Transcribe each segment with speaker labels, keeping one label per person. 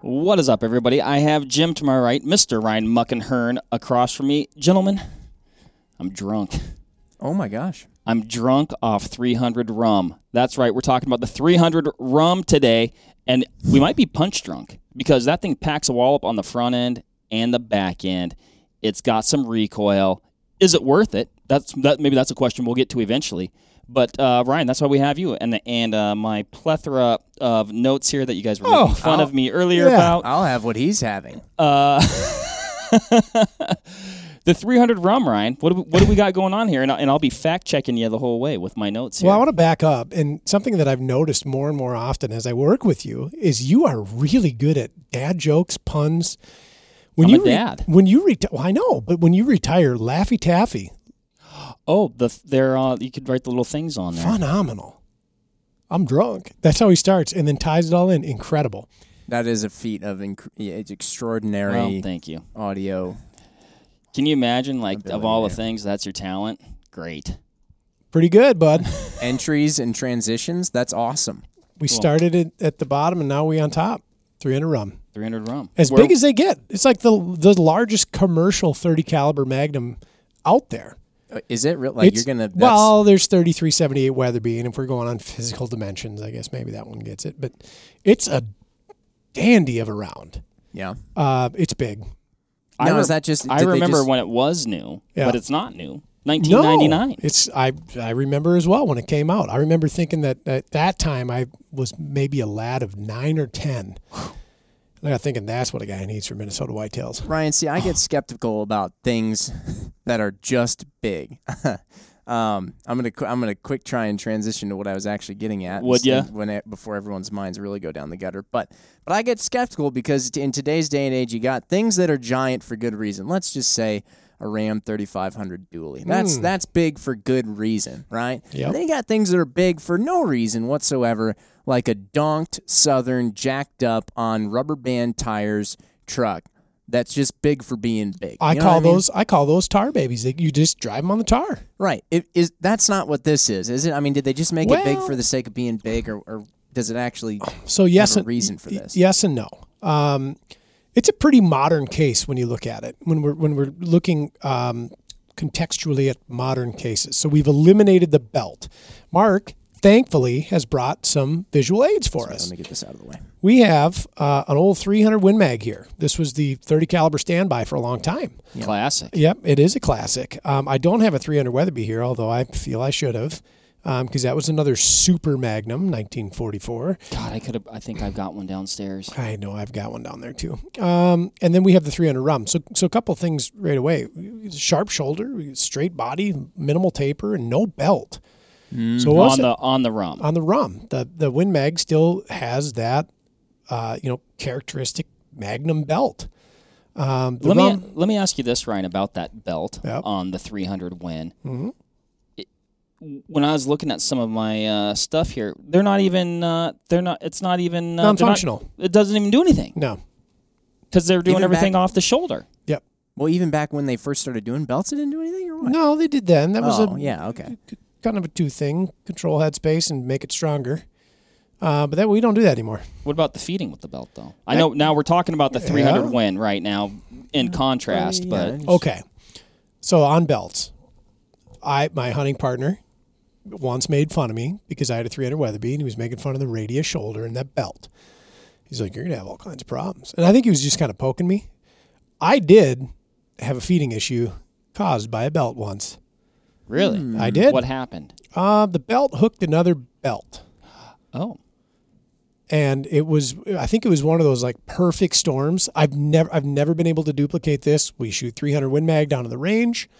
Speaker 1: What is up, everybody? I have Jim to my right, Mr. Ryan Muckenhern across from me. Gentlemen, I'm drunk.
Speaker 2: Oh my gosh.
Speaker 1: I'm drunk off 300 rum. That's right. We're talking about the 300 rum today, and we might be punch drunk because that thing packs a wallop on the front end and the back end. It's got some recoil. Is it worth it? That's that. Maybe that's a question we'll get to eventually. But uh, Ryan, that's why we have you, and and uh, my plethora of notes here that you guys were
Speaker 2: Oh,
Speaker 1: making fun
Speaker 2: I'll-
Speaker 1: of me earlier about.
Speaker 2: I'll have what he's having.
Speaker 1: Uh, the 300 rum, Ryan. What do we, what do we got going on here? And, I, and I'll be fact checking you the whole way with my notes here.
Speaker 3: Well, I want to back up, and something that I've noticed more and more often as I work with you is you are really good at dad jokes, puns. When
Speaker 1: I'm a
Speaker 3: you re-
Speaker 1: dad.
Speaker 3: when you retire, well, I know, but when you retire, Laffy Taffy,
Speaker 1: oh, the they're uh, you could write the little things on there.
Speaker 3: phenomenal. I'm drunk. That's how he starts, and then ties it all in. Incredible.
Speaker 2: That is a feat of inc- yeah, it's
Speaker 1: Well,
Speaker 2: extraordinary
Speaker 1: Oh, thank you.
Speaker 2: audio.
Speaker 1: Can you imagine, like, of
Speaker 2: Ability,
Speaker 1: all the
Speaker 2: yeah.
Speaker 1: things, that's your talent? Great.
Speaker 3: Pretty good, bud.
Speaker 2: Entries and transitions, that's awesome.
Speaker 3: We started it at the bottom, and now we on top. 300 rum,
Speaker 1: 300 rum.
Speaker 3: as
Speaker 1: We're-
Speaker 3: big as they get. It's like the the largest commercial 30 caliber Magnum out there.
Speaker 2: Uh, Is it real? Like
Speaker 3: It's-
Speaker 2: you're gonna that's,
Speaker 3: well, there's 3378 Weatherby, and if we're going on physical dimensions, I guess maybe that one gets it. But it's a dandy of a round.
Speaker 2: yeah.
Speaker 3: Uh, it's big.
Speaker 1: I
Speaker 2: now
Speaker 1: rem-
Speaker 2: is that just?
Speaker 1: I
Speaker 2: did they
Speaker 1: remember
Speaker 2: just-
Speaker 1: when it was new,
Speaker 3: Yeah.
Speaker 1: but it's not new.
Speaker 3: No,
Speaker 1: 1999.
Speaker 3: it's I I remember as well when it came out. I remember thinking that at that time I was maybe a lad of nine or ten. And I got thinking that's what a guy needs for Minnesota Whitetails.
Speaker 2: Ryan, see, I get skeptical about things that are just big. um, I'm gonna qu- I'm gonna quick try and transition to what I was actually getting at.
Speaker 1: Would
Speaker 2: instead-
Speaker 1: ya?
Speaker 2: When it, before everyone's minds really go down the gutter, but but I get skeptical because t- in today's day and age, you got things that are giant for good reason. Let's just say a Ram 3500 dually. That's that's big for good reason, right?
Speaker 3: Hmm. Yep.
Speaker 2: And then you got things that are big for no reason whatsoever, like a donked Southern jacked up on rubber band tires truck. That's just big for being big.
Speaker 3: I
Speaker 2: You know
Speaker 3: call
Speaker 2: what mean?
Speaker 3: those I call those tar babies. They- You just drive them on the tar.
Speaker 2: right. It, is that's not what this is, is it? I mean, did they just make it big
Speaker 3: Well-
Speaker 2: for the sake of being big, or, or does it actually?
Speaker 3: So yes,
Speaker 2: a
Speaker 3: and,
Speaker 2: reason for
Speaker 3: y-
Speaker 2: this.
Speaker 3: Yes and no. Um, it's a pretty modern case when you look at it. When we're when we're looking um, contextually at modern cases, so we've eliminated the belt. Mark, thankfully, has brought some visual aids for us.
Speaker 2: Let me get this out of the way.
Speaker 3: We have uh, an old 300 Win Mag here. This was the 30 caliber standby for a long time.
Speaker 1: Classic.
Speaker 3: Yep, it is a classic. Um, I don't have a 300 Weatherby here, although I feel I should have, because that was another super Magnum, 1944.
Speaker 1: God, I could have. I think I've got one downstairs.
Speaker 3: I know I've got one down there too. Um, and then we have the 300 rum. So, so a couple things right away: sharp shoulder, straight body, minimal taper, and no belt. so
Speaker 1: Mm, On
Speaker 3: what's it-
Speaker 1: the on the rum.
Speaker 3: on the rum, the the Win Mag still has that, uh, you know, characteristic Magnum belt. Um, the
Speaker 1: let
Speaker 3: rum,
Speaker 1: me let me ask you this, Ryan, about that belt
Speaker 3: Yep. Mm-hmm.
Speaker 1: on the 300 win. It- when I was looking at some of my uh, stuff here, they're not even uh, they're not it's not even uh, they're not-
Speaker 3: Non-functional.
Speaker 1: it doesn't even do anything
Speaker 3: no,
Speaker 1: because they're doing
Speaker 2: Even
Speaker 1: everything
Speaker 2: back-
Speaker 1: off the shoulder.
Speaker 3: yep,
Speaker 2: Well, even back when they first started doing belts, it didn't do anything, or what?
Speaker 3: no, they did then. That was
Speaker 2: oh,
Speaker 3: a
Speaker 2: yeah, okay.
Speaker 3: kind of a two thing: control headspace and make it stronger. Uh, but that we don't do that anymore.
Speaker 1: What about the feeding with the belt though? I know now we're talking about the 300
Speaker 3: Yeah.
Speaker 1: win right now in contrast,
Speaker 2: Yeah,
Speaker 1: but Oh,
Speaker 3: Okay. So on belts, I my hunting partner once made fun of me because I had a 300 Weatherby and he was making fun of the radius shoulder and that belt. He's like, "You're gonna have all kinds of problems," and I think he was just kind of poking me. I did have a feeding issue caused by a belt once.
Speaker 1: really,
Speaker 3: I Hmm. did.
Speaker 1: what happened?
Speaker 3: Uh, the belt hooked another belt.
Speaker 1: Oh,
Speaker 3: and it was I think it was one of those like perfect storms. I've never I've never been able to duplicate this. We shoot 300 Win Mag down in the range.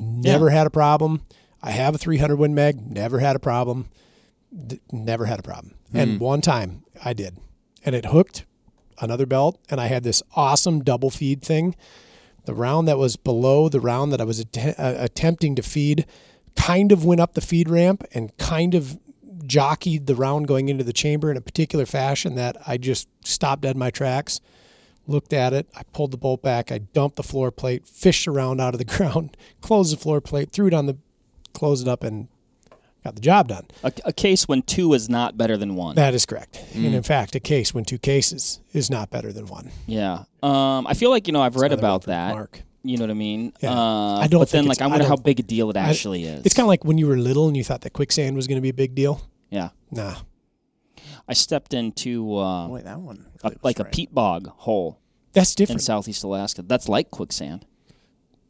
Speaker 3: Never had a problem. I have a 300 Win Mag, never had a problem. D- never had a problem. And one time I did. And it hooked another belt and I had this awesome double feed thing. The round that was below the round that I was att- uh, attempting to feed kind of went up the feed ramp and kind of jockeyed the round going into the chamber in a particular fashion that I just stopped dead in my tracks, looked at it. I pulled the bolt back. I dumped the floor plate, fished around out of the ground, closed the floor plate, threw it on the, closed it up, and got the job done.
Speaker 1: A, a case when two is not better than one.
Speaker 3: That is correct.
Speaker 1: Mm.
Speaker 3: And in fact, a case when two cases is not better than one.
Speaker 1: yeah. Um, I feel like you know I've read
Speaker 3: another one
Speaker 1: about
Speaker 3: for
Speaker 1: that.
Speaker 3: Mark.
Speaker 1: You know what I mean?
Speaker 3: Yeah.
Speaker 1: Uh,
Speaker 3: I don't
Speaker 1: But then,
Speaker 3: think
Speaker 1: like,
Speaker 3: it's-
Speaker 1: I
Speaker 3: I
Speaker 1: wonder how
Speaker 3: don't-
Speaker 1: big a deal it actually is.
Speaker 3: It's kind of like when you were little and you thought that quicksand was going to be a big deal.
Speaker 1: yeah.
Speaker 3: Nah.
Speaker 1: I stepped into uh,
Speaker 2: Boy, that one.
Speaker 1: a, like a peat bog hole
Speaker 3: That's
Speaker 1: in
Speaker 3: different.
Speaker 1: southeast Alaska. That's like quicksand.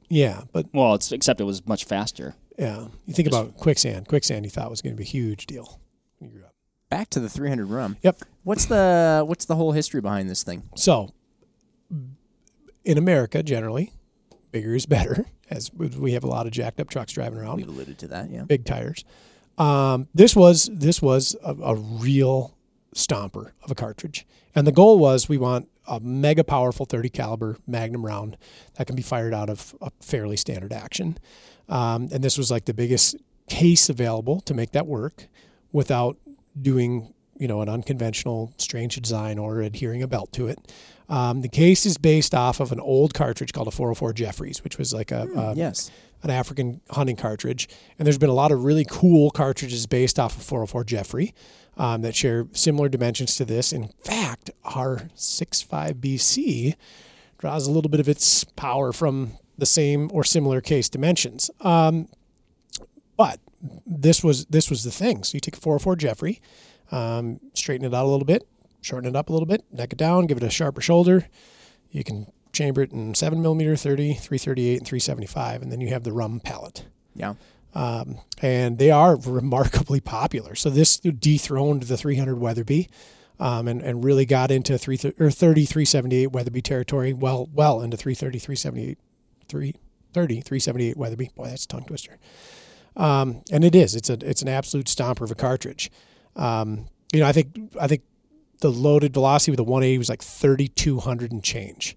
Speaker 3: yeah, but
Speaker 1: Well, it's except it was much faster.
Speaker 3: yeah, you think about quicksand. Quicksand you thought was going to be a huge deal when you grew up.
Speaker 2: Back to the 300 rum.
Speaker 3: Yep.
Speaker 2: What's the what's the whole history behind this thing?
Speaker 3: So, in America, generally, bigger is better, as we have a lot of jacked up trucks driving around.
Speaker 2: We've alluded to that. Yeah.
Speaker 3: big tires. Um, this was this was a, a real stomper of a cartridge, and the goal was we want a mega powerful 30 caliber Magnum round that can be fired out of a fairly standard action, um, and this was like the biggest case available to make that work without doing you know an unconventional strange design or adhering a belt to it. Um, the case is based off of an old cartridge called a 404 Jeffries, which was like a, a
Speaker 2: Yes.
Speaker 3: an African hunting cartridge. And there's been a lot of really cool cartridges based off of 404 Jeffrey um, that share similar dimensions to this. In fact, our 65 BC draws a little bit of its power from the same or similar case dimensions. Um, but this was this was the thing. So you take a 404 Jeffrey, um, straighten it out a little bit, shorten it up a little bit, neck it down, give it a sharper shoulder, you can chamber it in 7 millimeter 30 338 and 375 and then you have the rum pallet
Speaker 2: Yeah.
Speaker 3: um, and they are remarkably popular so this dethroned the 300 weatherby um, and, and really got into 3 or 30 378 weatherby territory well well into 330 378 330 378 weatherby boy that's a tongue twister um, and it is it's a it's an absolute stomper of a cartridge um, you know i think i think the loaded velocity with the 180 was like 3200 and change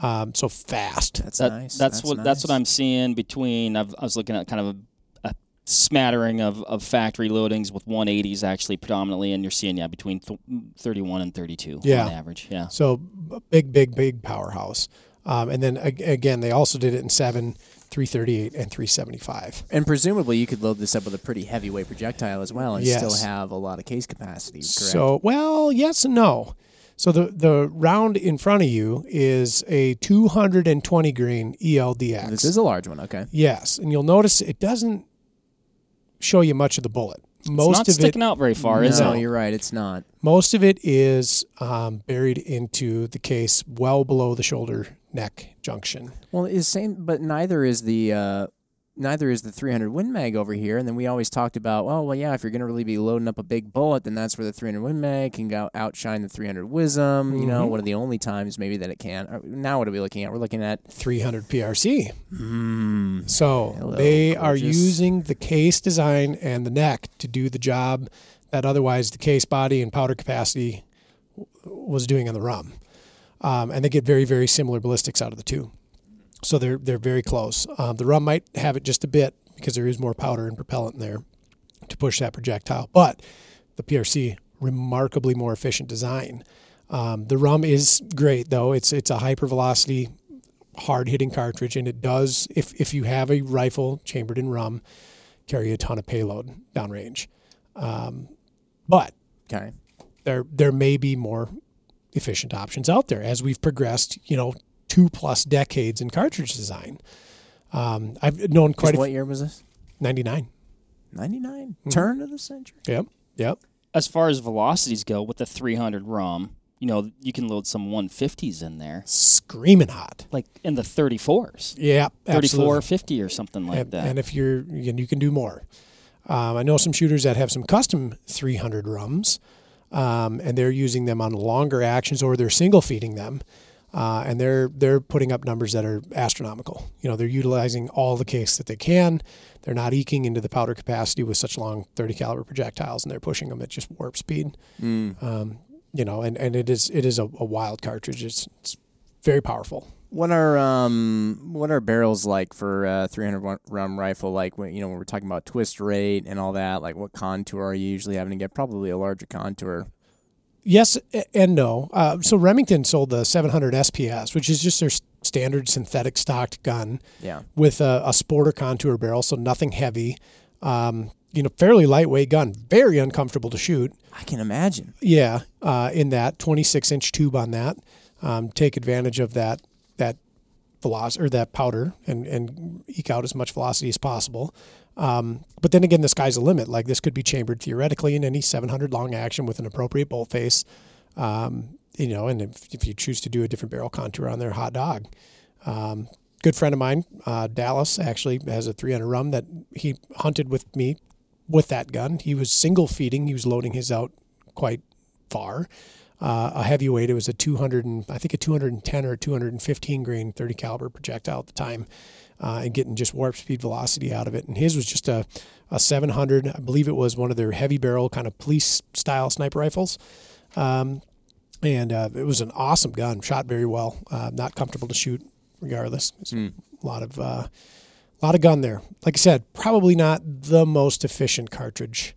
Speaker 3: um, so fast
Speaker 2: That's
Speaker 1: That-
Speaker 2: nice.
Speaker 1: That's, what that's what
Speaker 2: nice.
Speaker 1: I'm seeing between. I've, I was looking at kind of a, a smattering of, of factory loadings with 180s actually predominantly, and you're seeing yeah between th- 31 and 32
Speaker 3: Yeah.
Speaker 1: on average. Yeah,
Speaker 3: So b- big, big, big powerhouse. Um, and then ag- again, they also did it in seven, three thirty eight, and three seventy five.
Speaker 2: And presumably, you could load this up with a pretty heavyweight projectile as well, and
Speaker 3: Yes.
Speaker 2: still have a lot of case capacity. Correct.
Speaker 3: So well, yes and no. So the the round in front of you is a two hundred and twenty grain E ELDX.
Speaker 2: this is a large one. Okay.
Speaker 3: yes, and you'll notice it doesn't show you much of the bullet.
Speaker 1: it's
Speaker 3: Most
Speaker 1: not
Speaker 3: of it
Speaker 1: sticking out very far, is
Speaker 2: no,
Speaker 1: it?
Speaker 2: you're right. It's not.
Speaker 3: Most of it is um, buried into the case, well below the shoulder neck junction.
Speaker 2: Well, is same, but neither is the uh, neither is the 300 Win Mag over here. And then we always talked about, oh well, yeah, if you're going to really be loading up a big bullet, then that's where the 300 Win Mag can go outshine the 300 Wisdom. You
Speaker 3: Mm-hmm.
Speaker 2: know, one of the only times maybe that it can. Uh, Now, what are we looking at? We're looking at
Speaker 3: 300 PRC.
Speaker 2: mm,
Speaker 3: So
Speaker 2: Hello,
Speaker 3: they are
Speaker 2: gorgeous.
Speaker 3: using the case design and the neck to do the job that otherwise the case body and powder capacity w- was doing on the rum. Um, and they get very, very similar ballistics out of the two. So they're they're very close. Um, the rum might have it just a bit because there is more powder and propellant in there to push that projectile. But the PRC remarkably more efficient design. Um, the rum is great though. It's it's a hypervelocity hard hitting cartridge, and it does. If if you have a rifle chambered in rum, carry a ton of payload downrange. Um, but
Speaker 2: okay,
Speaker 3: there there may be more efficient options out there as we've progressed. You know, two plus decades in cartridge design. Um, I've known
Speaker 2: Just
Speaker 3: quite a Mm-hmm.
Speaker 2: what year was this?
Speaker 3: ninety nine.
Speaker 2: 99 turn of the century.
Speaker 3: Yep. Yep.
Speaker 1: As far as velocities go, with the 300 ROM, you know you can load some 150s in there,
Speaker 3: Screaming hot.
Speaker 1: like in the 34s,
Speaker 3: Yeah.
Speaker 1: 34
Speaker 3: absolutely.
Speaker 1: or 50 or something like
Speaker 3: and,
Speaker 1: that.
Speaker 3: and if you're, and you can do more. Um, I know some shooters that have some custom 300 rums, um, and they're using them on longer actions or they're single feeding them, uh, and they're they're putting up numbers that are astronomical. You know, they're utilizing all the case that they can. They're not eking into the powder capacity with such long 30 caliber projectiles, and they're pushing them at just warp speed.
Speaker 1: Mm.
Speaker 3: Um, you know, and, and it is it is a, a wild cartridge. It's, it's very powerful.
Speaker 2: What are um what are barrels like for uh 300 rum rifle like when you know when we're talking about twist rate and all that like what contour are you usually having to get probably a larger contour
Speaker 3: Yes a- and no. Uh, so Remington sold the 700 SPS, which is just their s- standard synthetic stocked gun
Speaker 2: yeah
Speaker 3: with a, a sporter contour barrel, so nothing heavy. Um, you know, fairly lightweight gun, very uncomfortable to shoot.
Speaker 2: I can imagine.
Speaker 3: Yeah, uh, in that 26 inch tube on that, um, take advantage of that that velocity or that powder and and eke out as much velocity as possible. Um, but then again, the sky's the limit. Like this could be chambered theoretically in any 700 long action with an appropriate bolt face. Um, you know, and if, if you choose to do a different barrel contour on there, hot dog. Um, good friend of mine, uh, Dallas, actually has a 300 rum that he hunted with me with that gun. He was single feeding. He was loading his out quite far. Uh, a heavyweight. It was a 200 and I think a 210 or a 215 grain 30 caliber projectile at the time, uh, and getting just warp speed velocity out of it. And his was just a a 700. I believe it was one of their heavy barrel kind of police style sniper rifles. Um, and uh, it was an awesome gun. Shot very well. Uh, not comfortable to shoot, regardless. It's A lot of uh, lot of gun there. Like I said, probably not the most efficient cartridge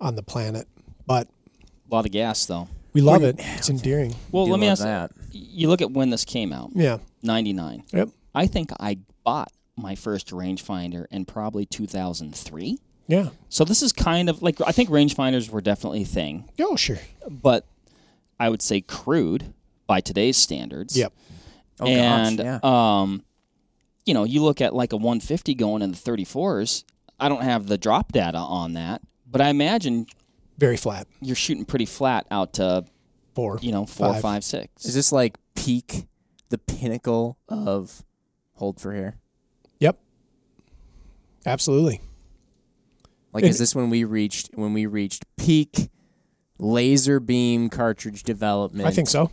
Speaker 3: on the planet, but
Speaker 1: A lot of gas, though.
Speaker 3: we love it. It's endearing.
Speaker 1: Well,
Speaker 2: Do
Speaker 1: let me
Speaker 2: love
Speaker 1: ask
Speaker 2: that.
Speaker 1: you look at when this came out,
Speaker 3: Yeah.
Speaker 1: 99.
Speaker 3: Yep.
Speaker 1: I think I bought my first rangefinder in probably 2003.
Speaker 3: Yeah.
Speaker 1: So this is kind of like I think rangefinders were definitely a thing,
Speaker 3: Oh, sure.
Speaker 1: but I would say crude by today's standards.
Speaker 3: Yep.
Speaker 2: Oh
Speaker 1: and
Speaker 2: gosh, yeah.
Speaker 1: um, you know, you look at like a 150 going in the 34s. I don't have the drop data on that, but I imagine
Speaker 3: Very flat.
Speaker 1: you're shooting pretty flat out to
Speaker 3: Four.
Speaker 1: you know four,
Speaker 3: Five.
Speaker 1: five, six.
Speaker 2: Is this like peak, the pinnacle of hold for hair?
Speaker 3: Yep. Absolutely.
Speaker 2: Like, is this when we reached when we reached peak laser beam cartridge development?
Speaker 3: I think so.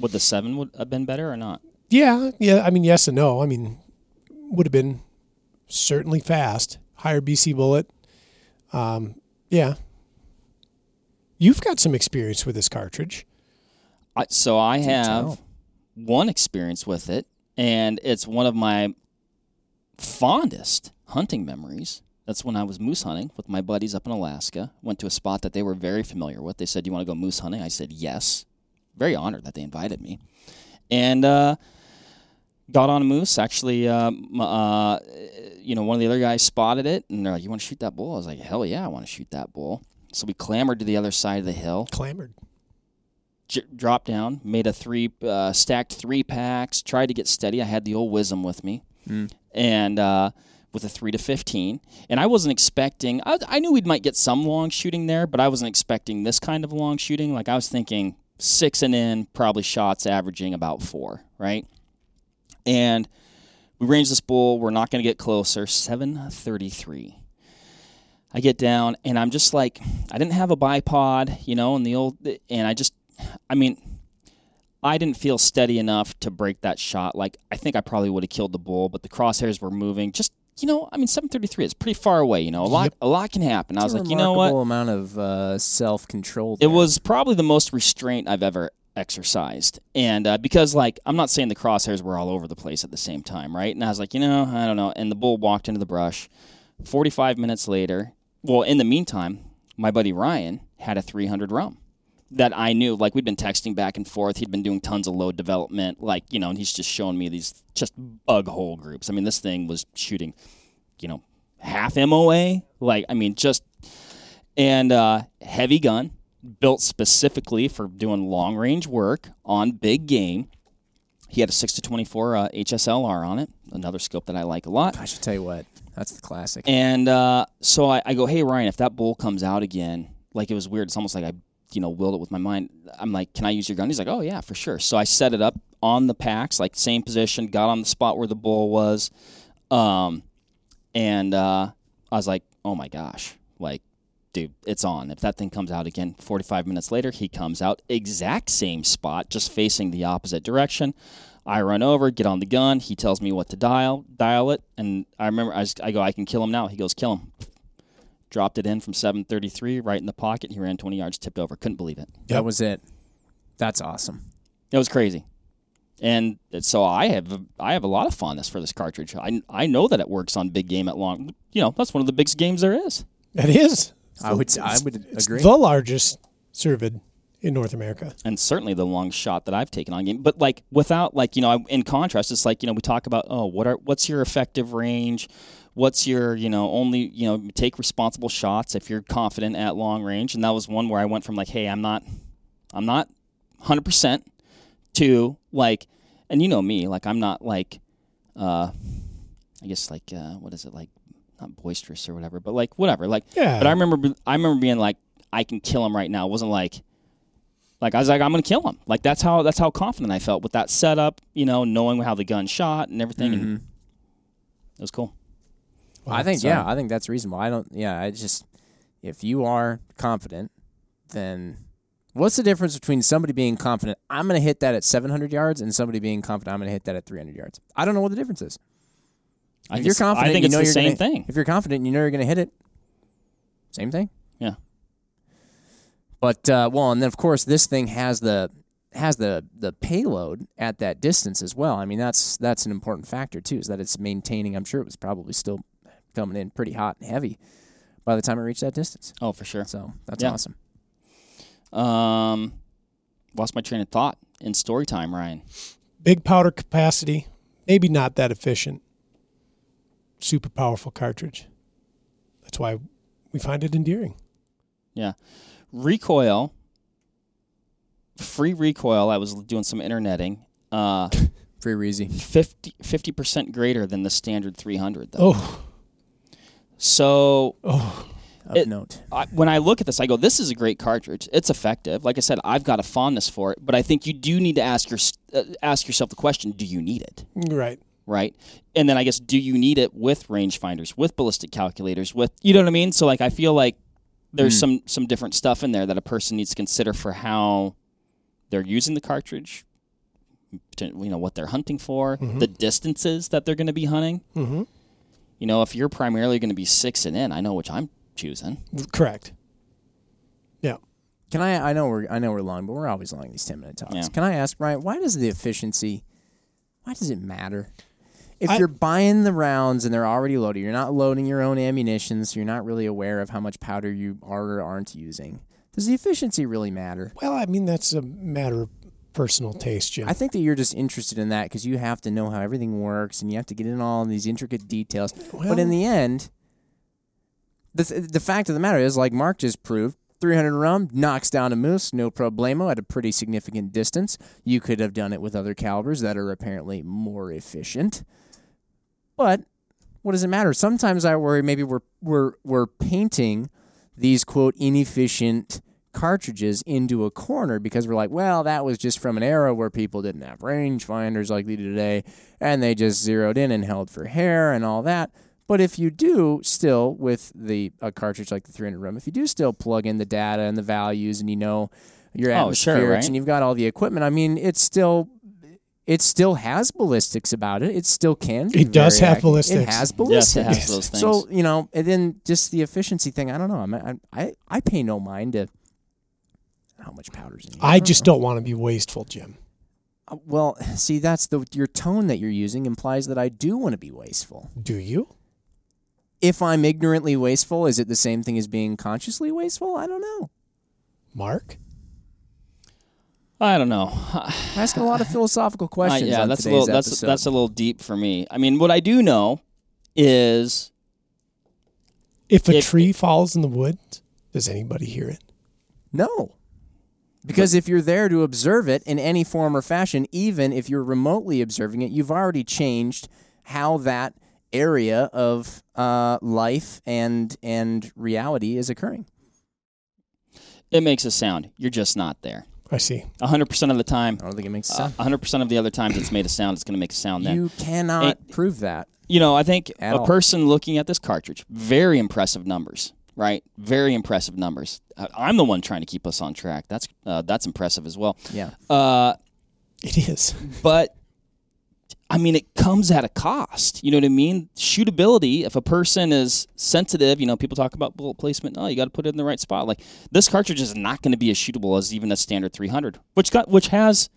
Speaker 1: Would the seven would have been better or not?
Speaker 3: Yeah. Yeah. I mean, yes and no. I mean, would have been certainly fast. Higher BC bullet. Um, yeah. You've got some experience with this cartridge.
Speaker 1: I, so I
Speaker 2: tell.
Speaker 1: have one experience with it, and it's one of my fondest hunting memories. That's when I was moose hunting with my buddies up in Alaska. Went to a spot that they were very familiar with. They said, "You want to go moose hunting?" I said, "Yes." Very honored that they invited me, and uh, got on a moose. Actually, um, uh, you know, one of the other guys spotted it, and they're like, "You want to shoot that bull?" I was like, "Hell yeah, I want to shoot that bull." So we clambered to the other side of the hill
Speaker 3: Clamored.
Speaker 1: j- dropped down, made a three, uh, stacked three packs, tried to get steady. I had the old wisdom with me, and uh, with a three to fifteen, and I wasn't expecting. I, I knew we might get some long shooting there, but I wasn't expecting this kind of long shooting. Like I was thinking six and in, probably shots averaging about four, right? And we range this bull. We're not going to get closer. Seven thirty-three. I get down and I'm just like, I didn't have a bipod, you know, and the old, and I just, I mean, I didn't feel steady enough to break that shot. Like, I think I probably would have killed the bull, but the crosshairs were moving. Just, you know, I mean, 733 is pretty far away, you know, a lot, a lot can happen. I was
Speaker 2: It's a
Speaker 1: like, you know what?
Speaker 2: remarkable amount of uh, self control.
Speaker 1: It was probably the most restraint I've ever exercised. And uh, because, like, I'm not saying the crosshairs were all over the place at the same time, right? And I was like, you know, I don't know. And the bull walked into the brush. 45 minutes later, well, in the meantime, my buddy Ryan had a 300 rum that I knew. Like, we'd been texting back and forth. He'd been doing tons of load development. Like, you know, and he's just showing me these just bug hole groups. I mean, this thing was shooting, you know, half MOA. Like, I mean, just and uh, heavy gun built specifically for doing long range work on big game. He had a six to twenty four uh, HSLR on it, another scope that I like a lot.
Speaker 2: I should tell you what. That's the classic.
Speaker 1: And uh, so I, I go, hey Ryan, if that bull comes out again, like it was weird. It's almost like I, you know, willed it with my mind. I'm like, can I use your gun? He's like, oh yeah, for sure. So I set it up on the packs, like same position, got on the spot where the bull was, um, and uh, I was like, oh my gosh, like, dude, it's on. If that thing comes out again, 45 minutes later, he comes out exact same spot, just facing the opposite direction. I run over, get on the gun. He tells me what to dial, dial it, and I remember I, s- I go, I can kill him now. He goes, kill him. Dropped it in from 733, right in the pocket. He ran 20 yards, tipped over. Couldn't believe it.
Speaker 2: That was it. That's awesome.
Speaker 1: It was crazy. And so I have I have a lot of fondness for this cartridge. I, I know that it works on big game at long. You know that's one of the biggest games there is.
Speaker 3: That is
Speaker 2: I would. I would agree.
Speaker 3: the largest cervid in North America.
Speaker 1: and certainly the long shot that I've taken on game. But like without like you know, I- in contrast, it's like you know we talk about oh what are what's your effective range, what's your you know only you know take responsible shots if you're confident at long range, and that was one where I went from like, hey, I'm not, I'm not, hundred percent, to like, and you know me, like I'm not like, uh, I guess like uh, what is it like, not boisterous or whatever, but like whatever, like.
Speaker 3: Yeah.
Speaker 1: But I remember, I remember being like, I can kill him right now. It wasn't like. Like I was like, I'm gonna kill him. Like that's how that's how confident I felt with that setup, you know, knowing how the gun shot and everything.
Speaker 2: Mm-hmm.
Speaker 1: And it was cool.
Speaker 2: I think
Speaker 1: so-
Speaker 2: yeah, I think that's reasonable. I don't yeah, I just if you are confident, then what's the difference between somebody being confident I'm going to hit that at 700 yards and somebody being confident I'm going to hit that at 300 yards? I don't know what the difference is.
Speaker 1: I
Speaker 2: if
Speaker 1: think
Speaker 2: you're
Speaker 1: it's-
Speaker 2: confident,
Speaker 1: I think
Speaker 2: you
Speaker 1: it's
Speaker 2: know
Speaker 1: the
Speaker 2: you're
Speaker 1: same
Speaker 2: gonna-
Speaker 1: thing.
Speaker 2: If you're confident, you know you're going to hit it. Same thing.
Speaker 1: Yeah.
Speaker 2: But uh, well, and then of course this thing has the has the the payload at that distance as well. I mean that's that's an important factor too, is that it's maintaining. I'm sure it was probably still coming in pretty hot and heavy by the time it reached that distance.
Speaker 1: Oh, for sure.
Speaker 2: So that's
Speaker 1: Yeah.
Speaker 2: awesome.
Speaker 1: Um, lost my train of thought in story time, Ryan.
Speaker 3: Big powder capacity, maybe not that efficient. Super powerful cartridge. That's why we find it endearing.
Speaker 1: Recoil, free recoil. I was doing some interneting. Uh,
Speaker 2: Pretty easy.
Speaker 1: 50 percent greater than the standard 300 though.
Speaker 3: Oh,
Speaker 1: So
Speaker 3: oh,
Speaker 2: Of
Speaker 1: It-
Speaker 2: note.
Speaker 1: I, when I look at this, I go, "This is a great cartridge. It's effective." Like I said, I've got a fondness for it, but I think you do need to ask your uh, ask yourself the question: Do you need it?
Speaker 3: you're right.
Speaker 1: right? And then I guess do you need it with rangefinders, with ballistic calculators, with you know what I mean? So like I feel like
Speaker 2: Hmm.
Speaker 1: there's some some different stuff in there that a person needs to consider for how they're using the cartridge, potent- you know what they're hunting for,
Speaker 2: Mm-hmm.
Speaker 1: the distances that they're going to be hunting.
Speaker 3: Mm-hmm.
Speaker 1: You know, if you're primarily going to be six and in, I know which I'm choosing.
Speaker 3: Correct. Yeah.
Speaker 2: Can I? I know we're I know we're long, but we're always long these ten minute talks.
Speaker 1: Yeah.
Speaker 2: Can I ask Brian? Why does the efficiency? Why does it matter? If
Speaker 3: I-
Speaker 2: you're buying the rounds and they're already loaded, you're not loading your own ammunition, so you're not really aware of how much powder you are or aren't using. Does the efficiency really matter?
Speaker 3: Well, I mean, that's a matter of personal taste, Jim.
Speaker 2: I think that you're just interested in that because you have to know how everything works and you have to get in all these intricate details. but in
Speaker 3: Well-
Speaker 2: the end, the, th- the fact of the matter is, like Mark just proved, 300 rum knocks down a moose, no problemo, at a pretty significant distance. You could have done it with other calibers that are apparently more efficient. But what does it matter? Sometimes I worry maybe we're we're we're painting these quote inefficient cartridges into a corner because we're like, well, that was just from an era where people didn't have rangefinders like they do today, and they just zeroed in and held for hair and all that. But if you do still with the a cartridge like the 300 rum, if you do still plug in the data and the values, and you know your
Speaker 1: Oh, sure,
Speaker 2: atmospherics
Speaker 1: right?
Speaker 2: and you've got all the equipment, I mean, it's still it still has ballistics about it. It still can. Be
Speaker 3: It does
Speaker 2: very
Speaker 3: have
Speaker 2: accurate. It
Speaker 3: ballistics.
Speaker 2: has
Speaker 1: Yes,
Speaker 2: ballistics.
Speaker 1: it has those things.
Speaker 2: So you know, and then just the efficiency thing. I don't know. I'm, I I I pay no mind to how much powder's in. Here.
Speaker 3: I just don't want to be wasteful, Jim.
Speaker 2: Uh, Well, see, that's the your tone that you're using implies that I do want to be wasteful.
Speaker 3: Do you?
Speaker 2: If I'm ignorantly wasteful, is it the same thing as being consciously wasteful? I don't know.
Speaker 3: Mark?
Speaker 1: I don't know.
Speaker 2: I'm asking a lot of philosophical
Speaker 1: Uh,
Speaker 2: questions.
Speaker 1: yeah,
Speaker 2: on
Speaker 1: that's a
Speaker 2: today's
Speaker 1: little that's
Speaker 2: episode.
Speaker 1: that's a little deep for me. I mean, what I do know is
Speaker 3: If a
Speaker 1: If-
Speaker 3: tree falls in the woods, does anybody hear it?
Speaker 2: No. Because if you're there to observe it in any form or fashion, even if you're remotely observing it, you've already changed how that area of uh, life and and reality is occurring.
Speaker 1: it makes a sound. You're just not there.
Speaker 3: I see.
Speaker 1: 100% of the time,
Speaker 2: I don't think it makes
Speaker 1: Uh,
Speaker 2: sense.
Speaker 1: 100% of the other times it's made a sound, it's going to make a sound then. You,
Speaker 2: you cannot prove that.
Speaker 1: know, I think
Speaker 2: At
Speaker 1: a
Speaker 2: all.
Speaker 1: person looking at this cartridge, very impressive numbers, right? Very impressive numbers. Uh, I'm the one trying to keep us on track. That's uh, that's impressive as well.
Speaker 2: Yeah.
Speaker 1: Uh,
Speaker 3: It is.
Speaker 1: but I mean, it comes at a cost. You know what I mean? Shootability. If a person is sensitive, you know, people talk about bullet placement. Oh, you got to put it in the right spot. Like this cartridge is not going to be as shootable as even a standard 300, which got which has,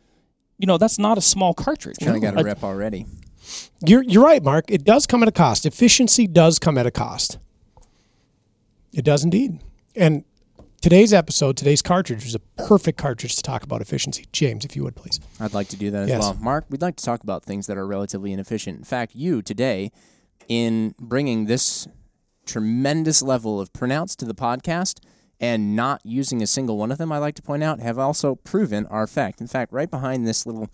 Speaker 1: you know, that's not a small cartridge.
Speaker 2: Kind of got
Speaker 1: A-
Speaker 2: a rep already.
Speaker 3: You're, you're right, Mark. It does come at a cost. Efficiency does come at a cost. It does indeed. And today's episode, today's cartridge, was a perfect cartridge to talk about efficiency. James, if you would, please.
Speaker 2: I'd like to do that as
Speaker 3: Yes.
Speaker 2: well. Mark, we'd like to talk about things that are relatively inefficient. In fact, you today in bringing this tremendous level of pronouns to the podcast and not using a single one of them, I like to point out, have also proven our fact. In fact, right behind this little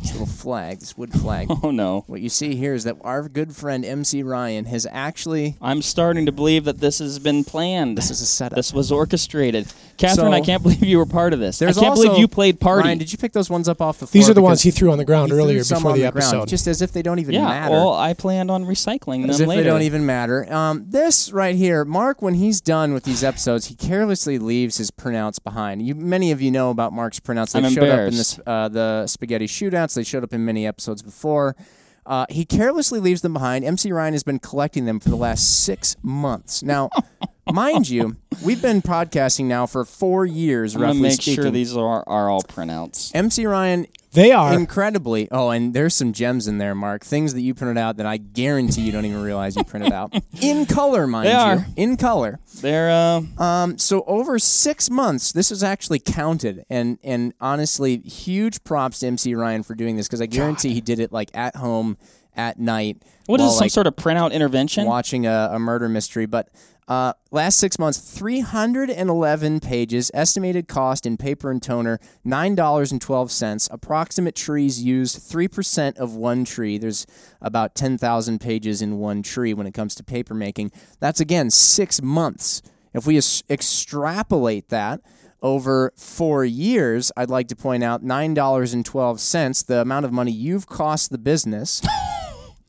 Speaker 2: this little flag, this wood flag,
Speaker 1: Oh no.
Speaker 2: what you see here is that our good friend MC Ryan has actually
Speaker 1: I'm starting to believe that this has been planned.
Speaker 2: this is a setup.
Speaker 1: This was orchestrated. Catherine,
Speaker 2: So-
Speaker 1: I can't believe you were part of this. I
Speaker 2: There's
Speaker 1: can't
Speaker 2: also-
Speaker 1: believe you played party.
Speaker 2: Ryan, did you pick those ones up off the floor?
Speaker 3: These are the ones
Speaker 2: Because
Speaker 3: he threw on the ground
Speaker 2: threw
Speaker 3: earlier
Speaker 2: some
Speaker 3: before
Speaker 2: on
Speaker 3: the,
Speaker 2: ground,
Speaker 3: episode.
Speaker 2: just as if they don't even
Speaker 1: yeah,
Speaker 2: matter.
Speaker 1: well, I planned on recycling them
Speaker 2: as if
Speaker 1: later.
Speaker 2: they don't even matter. Um, this right here, Mark, when he's done with these episodes, he carelessly leaves his printouts behind. You, many of you know about Mark's printouts. They
Speaker 1: I'm
Speaker 2: showed up in
Speaker 1: embarrassed.
Speaker 2: this, uh, the spaghetti shootouts. They showed up in many episodes before. Uh, he carelessly leaves them behind. MC Ryan has been collecting them for the last six months. Now, mind you, we've been podcasting now for four years,
Speaker 1: I'm gonna
Speaker 2: roughly
Speaker 1: make
Speaker 2: speaking.
Speaker 1: sure these are, are all printouts.
Speaker 2: MC Ryan
Speaker 3: they are.
Speaker 2: incredibly. Oh, and there's some gems in there, Mark. Things that you printed out that I guarantee you don't even realize you printed out in color, mind
Speaker 1: They
Speaker 2: you,
Speaker 1: are.
Speaker 2: in color.
Speaker 1: They're uh,
Speaker 2: Um, so over six months, this was actually counted, and and honestly, huge props to MC Ryan for doing this because I guarantee he did it like at home at night.
Speaker 1: what is
Speaker 2: while,
Speaker 1: this, some
Speaker 2: like,
Speaker 1: sort of printout intervention?
Speaker 2: watching a, a murder mystery, but. Uh, last six months, 311 pages, estimated cost in paper and toner, $9.12. Approximate trees used, 3% of one tree. There's about 10,000 pages in one tree when it comes to paper making. That's again six months. If we es- extrapolate that over four years, I'd like to point out $9.12, the amount of money you've cost the business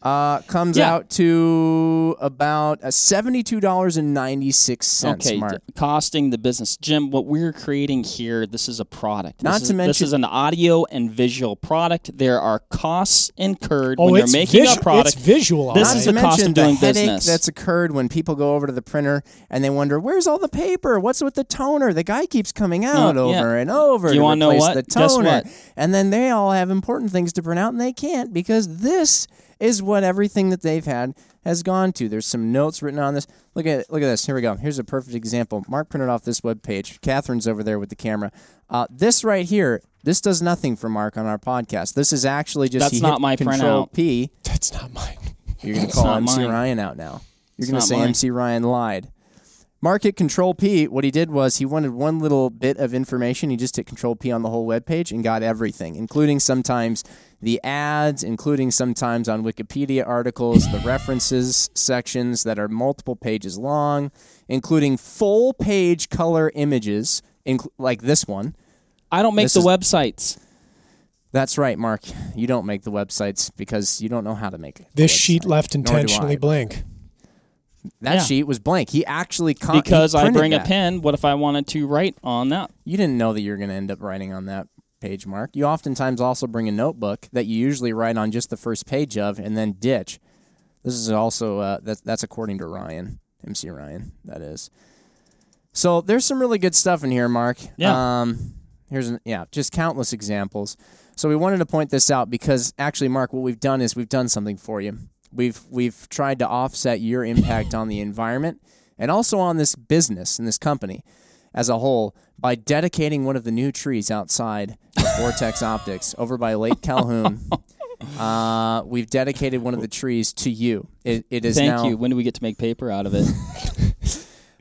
Speaker 2: uh, comes
Speaker 1: Yeah.
Speaker 2: out to about uh, seventy-two dollars and ninety-six cents.
Speaker 1: okay,
Speaker 2: Mark.
Speaker 1: d- costing the business, Jim. What we're creating here, this is a product.
Speaker 2: Not
Speaker 1: this is,
Speaker 2: to
Speaker 1: this
Speaker 2: mention-
Speaker 1: is an audio and visual product. There are costs incurred
Speaker 3: oh,
Speaker 1: when you're
Speaker 3: it's,
Speaker 1: making
Speaker 3: visu-
Speaker 1: a product.
Speaker 3: it's visual.
Speaker 1: This
Speaker 2: Not
Speaker 1: is
Speaker 2: to
Speaker 1: the cost
Speaker 2: mention
Speaker 1: of doing
Speaker 2: the headache
Speaker 1: business.
Speaker 2: that's occurred when people go over to the printer and they wonder, "Where's all the paper? What's with the toner? The guy keeps coming out
Speaker 1: yeah.
Speaker 2: over and over
Speaker 1: Do you
Speaker 2: to
Speaker 1: wanna know
Speaker 2: replace
Speaker 1: what?
Speaker 2: the
Speaker 1: Guess
Speaker 2: toner."
Speaker 1: what?
Speaker 2: And then they all have important things to print out and they can't because this is what everything that they've had has gone to. There's some notes written on this. Look at look at this. Here we go. Here's a perfect example. Mark printed off this web page. Catherine's over there with the camera. Uh, this right here. This does nothing for Mark on our podcast. This is actually just
Speaker 1: That's
Speaker 2: he
Speaker 1: not
Speaker 2: hit
Speaker 1: my
Speaker 2: Control
Speaker 1: printout.
Speaker 2: P.
Speaker 3: That's not mine.
Speaker 2: You're gonna call
Speaker 1: not
Speaker 2: MC
Speaker 1: mine.
Speaker 2: Ryan out now. You're gonna
Speaker 1: not
Speaker 2: say
Speaker 1: mine.
Speaker 2: MC Ryan lied. Market Control P. What he did was he wanted one little bit of information. He just hit Control P on the whole webpage and got everything, including sometimes the ads, including sometimes on Wikipedia articles, the references sections that are multiple pages long, including full page color images, inc- like this one.
Speaker 1: I don't make
Speaker 2: This
Speaker 1: the
Speaker 2: is-
Speaker 1: websites.
Speaker 2: That's right, Mark. You don't make the websites because you don't know how to make it.
Speaker 3: This sheet left
Speaker 2: do I.
Speaker 3: intentionally blank.
Speaker 2: That
Speaker 1: Yeah.
Speaker 2: sheet was blank. He actually con- Uh, he
Speaker 1: because I
Speaker 2: printed
Speaker 1: bring a
Speaker 2: that.
Speaker 1: pen. What if I wanted to write on that?
Speaker 2: You didn't know that you were going to end up writing on that page, Mark. You oftentimes also bring a notebook that you usually write on just the first page of and then ditch. This is also uh, that, that's according to Ryan, MC Ryan. That is. So there's some really good stuff in here, Mark.
Speaker 1: Yeah.
Speaker 2: Um, here's an, yeah, just countless examples. So we wanted to point this out because actually, Mark, what we've done is we've done something for you. We've we've tried to offset your impact on the environment and also on this business and this company as a whole by dedicating one of the new trees outside of Vortex Optics over by Lake Calhoun. Uh, we've dedicated one of the trees to you. It, it is
Speaker 1: Thank
Speaker 2: now,
Speaker 1: you. When do we get to make paper out of it?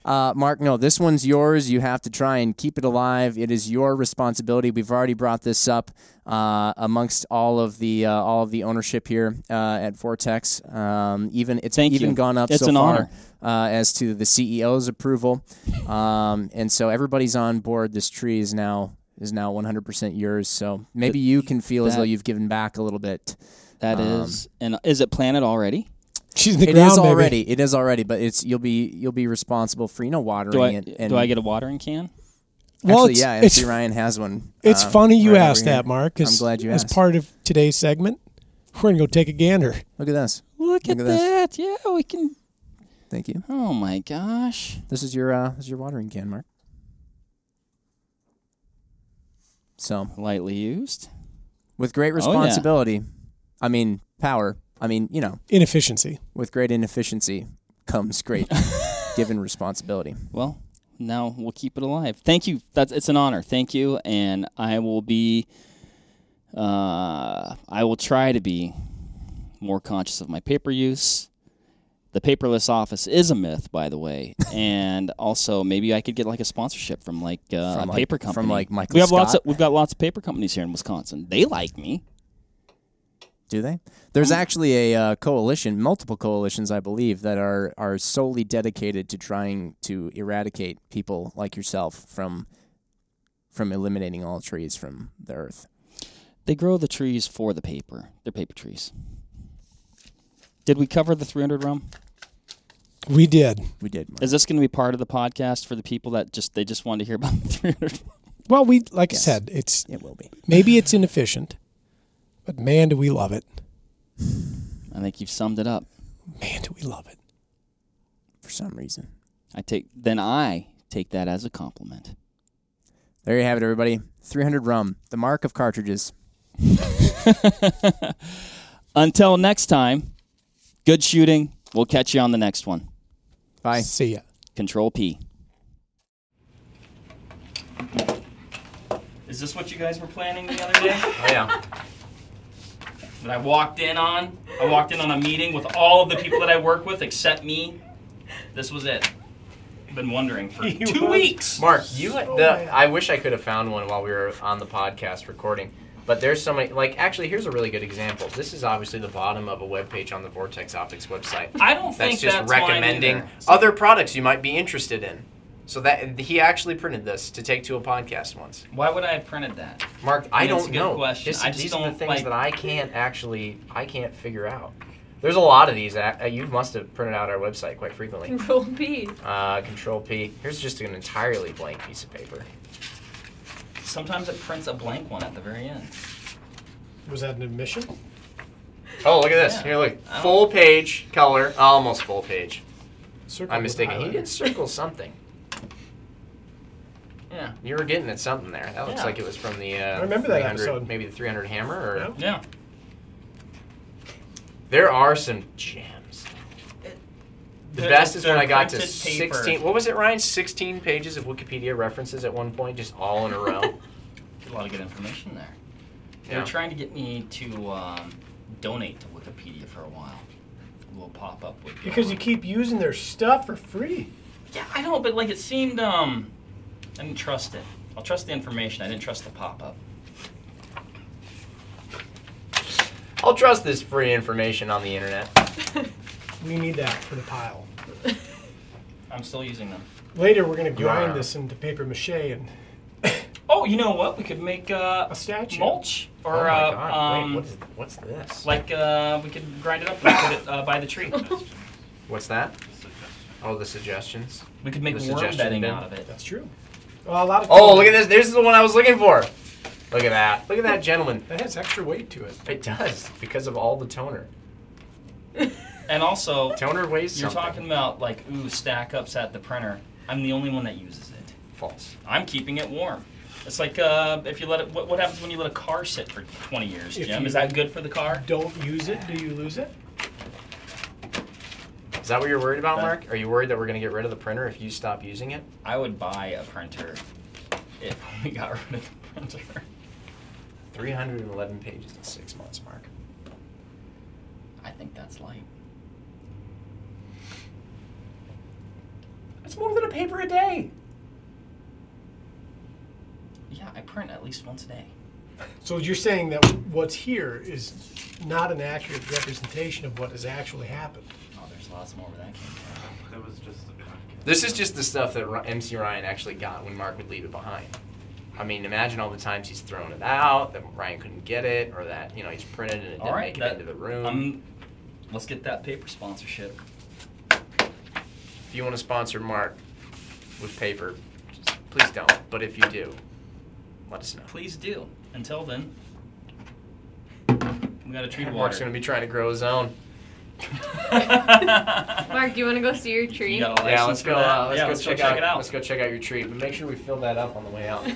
Speaker 2: uh, Mark, no, this one's yours. You have to try and keep it alive. It is your responsibility. We've already brought this up uh, amongst all of the uh, all of the ownership here uh, at Vortex. Um, even it's
Speaker 1: Thank
Speaker 2: even
Speaker 1: you.
Speaker 2: gone up
Speaker 1: It's
Speaker 2: so
Speaker 1: an
Speaker 2: far
Speaker 1: honor.
Speaker 2: uh, as to the CEO's approval, um, and so everybody's on board. This tree is now is now 100% yours. So maybe you can feel as
Speaker 1: that-
Speaker 2: though you've given back a little bit.
Speaker 1: That
Speaker 2: Um,
Speaker 1: is, and is it planted already?
Speaker 3: She's in the
Speaker 2: It
Speaker 3: ground.
Speaker 2: is
Speaker 3: baby.
Speaker 2: already. It is already, but it's you'll be you'll be responsible for you know watering
Speaker 1: Do I
Speaker 2: it. And
Speaker 1: do I get a watering can?
Speaker 3: Well,
Speaker 2: Actually,
Speaker 3: it's-
Speaker 2: yeah,
Speaker 3: it's-
Speaker 2: MC Ryan has one.
Speaker 3: It's
Speaker 2: uh,
Speaker 3: funny you
Speaker 2: right over
Speaker 3: asked
Speaker 2: here.
Speaker 3: that, Mark. 'cause
Speaker 2: I'm glad you
Speaker 3: As
Speaker 2: asked.
Speaker 3: part of today's segment, we're gonna go take a gander.
Speaker 2: Look at this.
Speaker 1: Look,
Speaker 2: Look
Speaker 1: at,
Speaker 2: at
Speaker 1: that.
Speaker 2: this.
Speaker 1: Yeah, we can.
Speaker 2: Thank you.
Speaker 1: Oh my gosh.
Speaker 2: This is your uh, this is your watering can, Mark. So
Speaker 1: Lightly used.
Speaker 2: with great responsibility, I mean power. I mean you know,
Speaker 3: Inefficiency.
Speaker 2: with great inefficiency comes great given responsibility.
Speaker 1: Well, now we'll keep it alive. Thank you. That's it's an honor. Thank you, and I will be. Uh, I will try to be more conscious of my paper use, The paperless office is a myth, by the way, and also maybe I could get like a sponsorship from like uh,
Speaker 4: From,
Speaker 1: a
Speaker 4: like-
Speaker 1: paper
Speaker 4: from,
Speaker 1: company.
Speaker 4: like, Michael
Speaker 1: we have lots.
Speaker 4: Scott?
Speaker 1: Of, we've got lots of paper companies here in Wisconsin. They like me.
Speaker 4: Do they? There's actually a uh, coalition, multiple coalitions, I believe, that are are solely dedicated to trying to eradicate people like yourself from from eliminating all trees from the earth.
Speaker 1: They grow the trees for the paper. They're paper trees. Did we cover the 300 rum?
Speaker 5: We did.
Speaker 4: We did. Mark.
Speaker 1: Is this going to be part of the podcast for the people that just they just wanted to hear about the 300?
Speaker 5: Well, we like
Speaker 4: Yes.
Speaker 5: I said, it's
Speaker 4: It will be.
Speaker 5: maybe it's inefficient, but man, do we love it.
Speaker 1: I think you've summed it up.
Speaker 5: Man, do we love it.
Speaker 4: for some reason.
Speaker 1: I take then I take that as a compliment.
Speaker 4: There you have it, everybody. 300 rum, the mark of cartridges.
Speaker 1: Until next time, good shooting. We'll catch you on the next one.
Speaker 4: Bye.
Speaker 5: See ya.
Speaker 1: Control P. Is this what you guys were planning the other day?
Speaker 2: Yeah.
Speaker 1: that I walked in on. I walked in on a meeting with all of the people that I work with except me. This was it. I've been wondering for two weeks.
Speaker 2: Mark, you like the I wish I could have found one while we were on the podcast recording. But there's so many like actually here's a really good example. This is obviously the bottom of a web page on the Vortex Optics website.
Speaker 1: I don't think
Speaker 2: That's just
Speaker 1: that's mine
Speaker 2: recommending
Speaker 1: either. So-
Speaker 2: other products you might be interested in. So that he actually printed this to take to a podcast once.
Speaker 1: Why would I have printed that?
Speaker 2: Mark, I
Speaker 1: That's
Speaker 2: don't
Speaker 1: a good
Speaker 2: know.
Speaker 1: question.
Speaker 2: This-
Speaker 1: I just
Speaker 2: these are
Speaker 1: don't
Speaker 2: the things
Speaker 1: like-
Speaker 2: that I can't actually I can't figure out. There's a lot of these. uh, You must have printed out our website quite frequently.
Speaker 6: Control P.
Speaker 2: Uh, control P. Here's just an entirely blank piece of paper.
Speaker 1: Sometimes it prints a blank one at the very end.
Speaker 5: Was that an admission?
Speaker 2: Oh, look at this.
Speaker 1: Yeah.
Speaker 2: Here, look.
Speaker 1: I don't-
Speaker 2: Full page color. Almost full page.
Speaker 5: Circle
Speaker 2: I'm mistaken. He did circle something.
Speaker 1: Yeah.
Speaker 2: You were getting at something there. That looks
Speaker 1: Yeah.
Speaker 2: like it was from the. Uh,
Speaker 5: I remember that
Speaker 2: 300
Speaker 5: episode.
Speaker 2: Maybe the 300 Hammer. Or
Speaker 5: Yeah.
Speaker 1: Yeah.
Speaker 2: there are some gems. The
Speaker 1: They're-
Speaker 2: best is when
Speaker 1: they're
Speaker 2: I got to
Speaker 1: printed paper.
Speaker 2: 16. What was it, Ryan? 16 pages of Wikipedia references at one point, just all in a row.
Speaker 1: A lot of good information there. They
Speaker 2: Yeah.
Speaker 1: were trying to get me to um, donate to Wikipedia for a while. A little pop up would. go on.
Speaker 5: keep using their stuff for free.
Speaker 1: Yeah, I know, but like it seemed um, I didn't trust it. I'll trust the information. I didn't trust the pop up.
Speaker 2: I'll trust this free information on the internet.
Speaker 3: We need that for the pile.
Speaker 1: I'm still using them.
Speaker 3: Later, we're gonna
Speaker 2: Nah.
Speaker 3: grind this into paper mache and
Speaker 1: Oh, you know what? We could make uh,
Speaker 3: a statue.
Speaker 1: mulch or
Speaker 2: oh my
Speaker 1: uh,
Speaker 2: God!
Speaker 1: um,
Speaker 2: Wait, what is, what's this?
Speaker 1: like uh, we could grind it up and put it uh, by the tree.
Speaker 2: What's that? Oh, the suggestions.
Speaker 1: We could make
Speaker 2: The
Speaker 1: worm
Speaker 2: suggestion
Speaker 1: bedding
Speaker 2: bin.
Speaker 1: out of it.
Speaker 3: That's true. Well, a lot of
Speaker 2: Oh, look at this. This is the one I was looking for. Look at that. Look at that, gentleman.
Speaker 3: That has extra weight to it.
Speaker 2: It does because of all the toner.
Speaker 1: And also,
Speaker 2: Toner weighs
Speaker 1: you're
Speaker 2: something.
Speaker 1: talking about like ooh stack ups at the printer. I'm the only one that uses it.
Speaker 2: false.
Speaker 1: I'm keeping it warm. It's like uh, if you let it. What, what happens when you let a car sit for 20 years,
Speaker 3: If
Speaker 1: Jim?
Speaker 3: you-
Speaker 1: Is that good for the car?
Speaker 3: Don't use it. Do you lose it?
Speaker 2: Is that what you're worried about,
Speaker 1: Yeah.
Speaker 2: Mark? Are you worried that we're gonna get rid of the printer if you stop using it?
Speaker 1: I would buy a printer if we got rid of the printer.
Speaker 2: 311 pages in six months, Mark.
Speaker 1: I think that's light.
Speaker 2: That's more than a paper a day.
Speaker 1: Yeah, I print at least once a day.
Speaker 3: So you're saying that what's here is not an accurate representation of what has actually happened.
Speaker 1: Oh, there's lots more where that came from.
Speaker 7: That was just the podcast.
Speaker 2: This is just the stuff that Ry- MC Ryan actually got when Mark would leave it behind. I mean, imagine all the times he's thrown it out, that Ryan couldn't get it, or that you know he's printed and it
Speaker 1: All
Speaker 2: didn't
Speaker 1: right,
Speaker 2: make
Speaker 1: that-
Speaker 2: it into the room.
Speaker 1: Um, let's get that paper sponsorship.
Speaker 2: If you want to sponsor Mark with paper, just- please don't. But if you do, let us know.
Speaker 1: Please do. Until then, we got a tree to
Speaker 2: Mark's
Speaker 1: water.
Speaker 2: gonna be trying to grow his own.
Speaker 6: Mark, do you want to go see your tree?
Speaker 1: You got a license
Speaker 2: Yeah, let's
Speaker 1: for
Speaker 2: go.
Speaker 1: that?
Speaker 2: Uh, let's
Speaker 1: yeah,
Speaker 2: go
Speaker 1: let's
Speaker 2: check
Speaker 1: go
Speaker 2: out,
Speaker 1: check it out.
Speaker 2: Let's go check out your tree, but make sure we fill that up on the way out.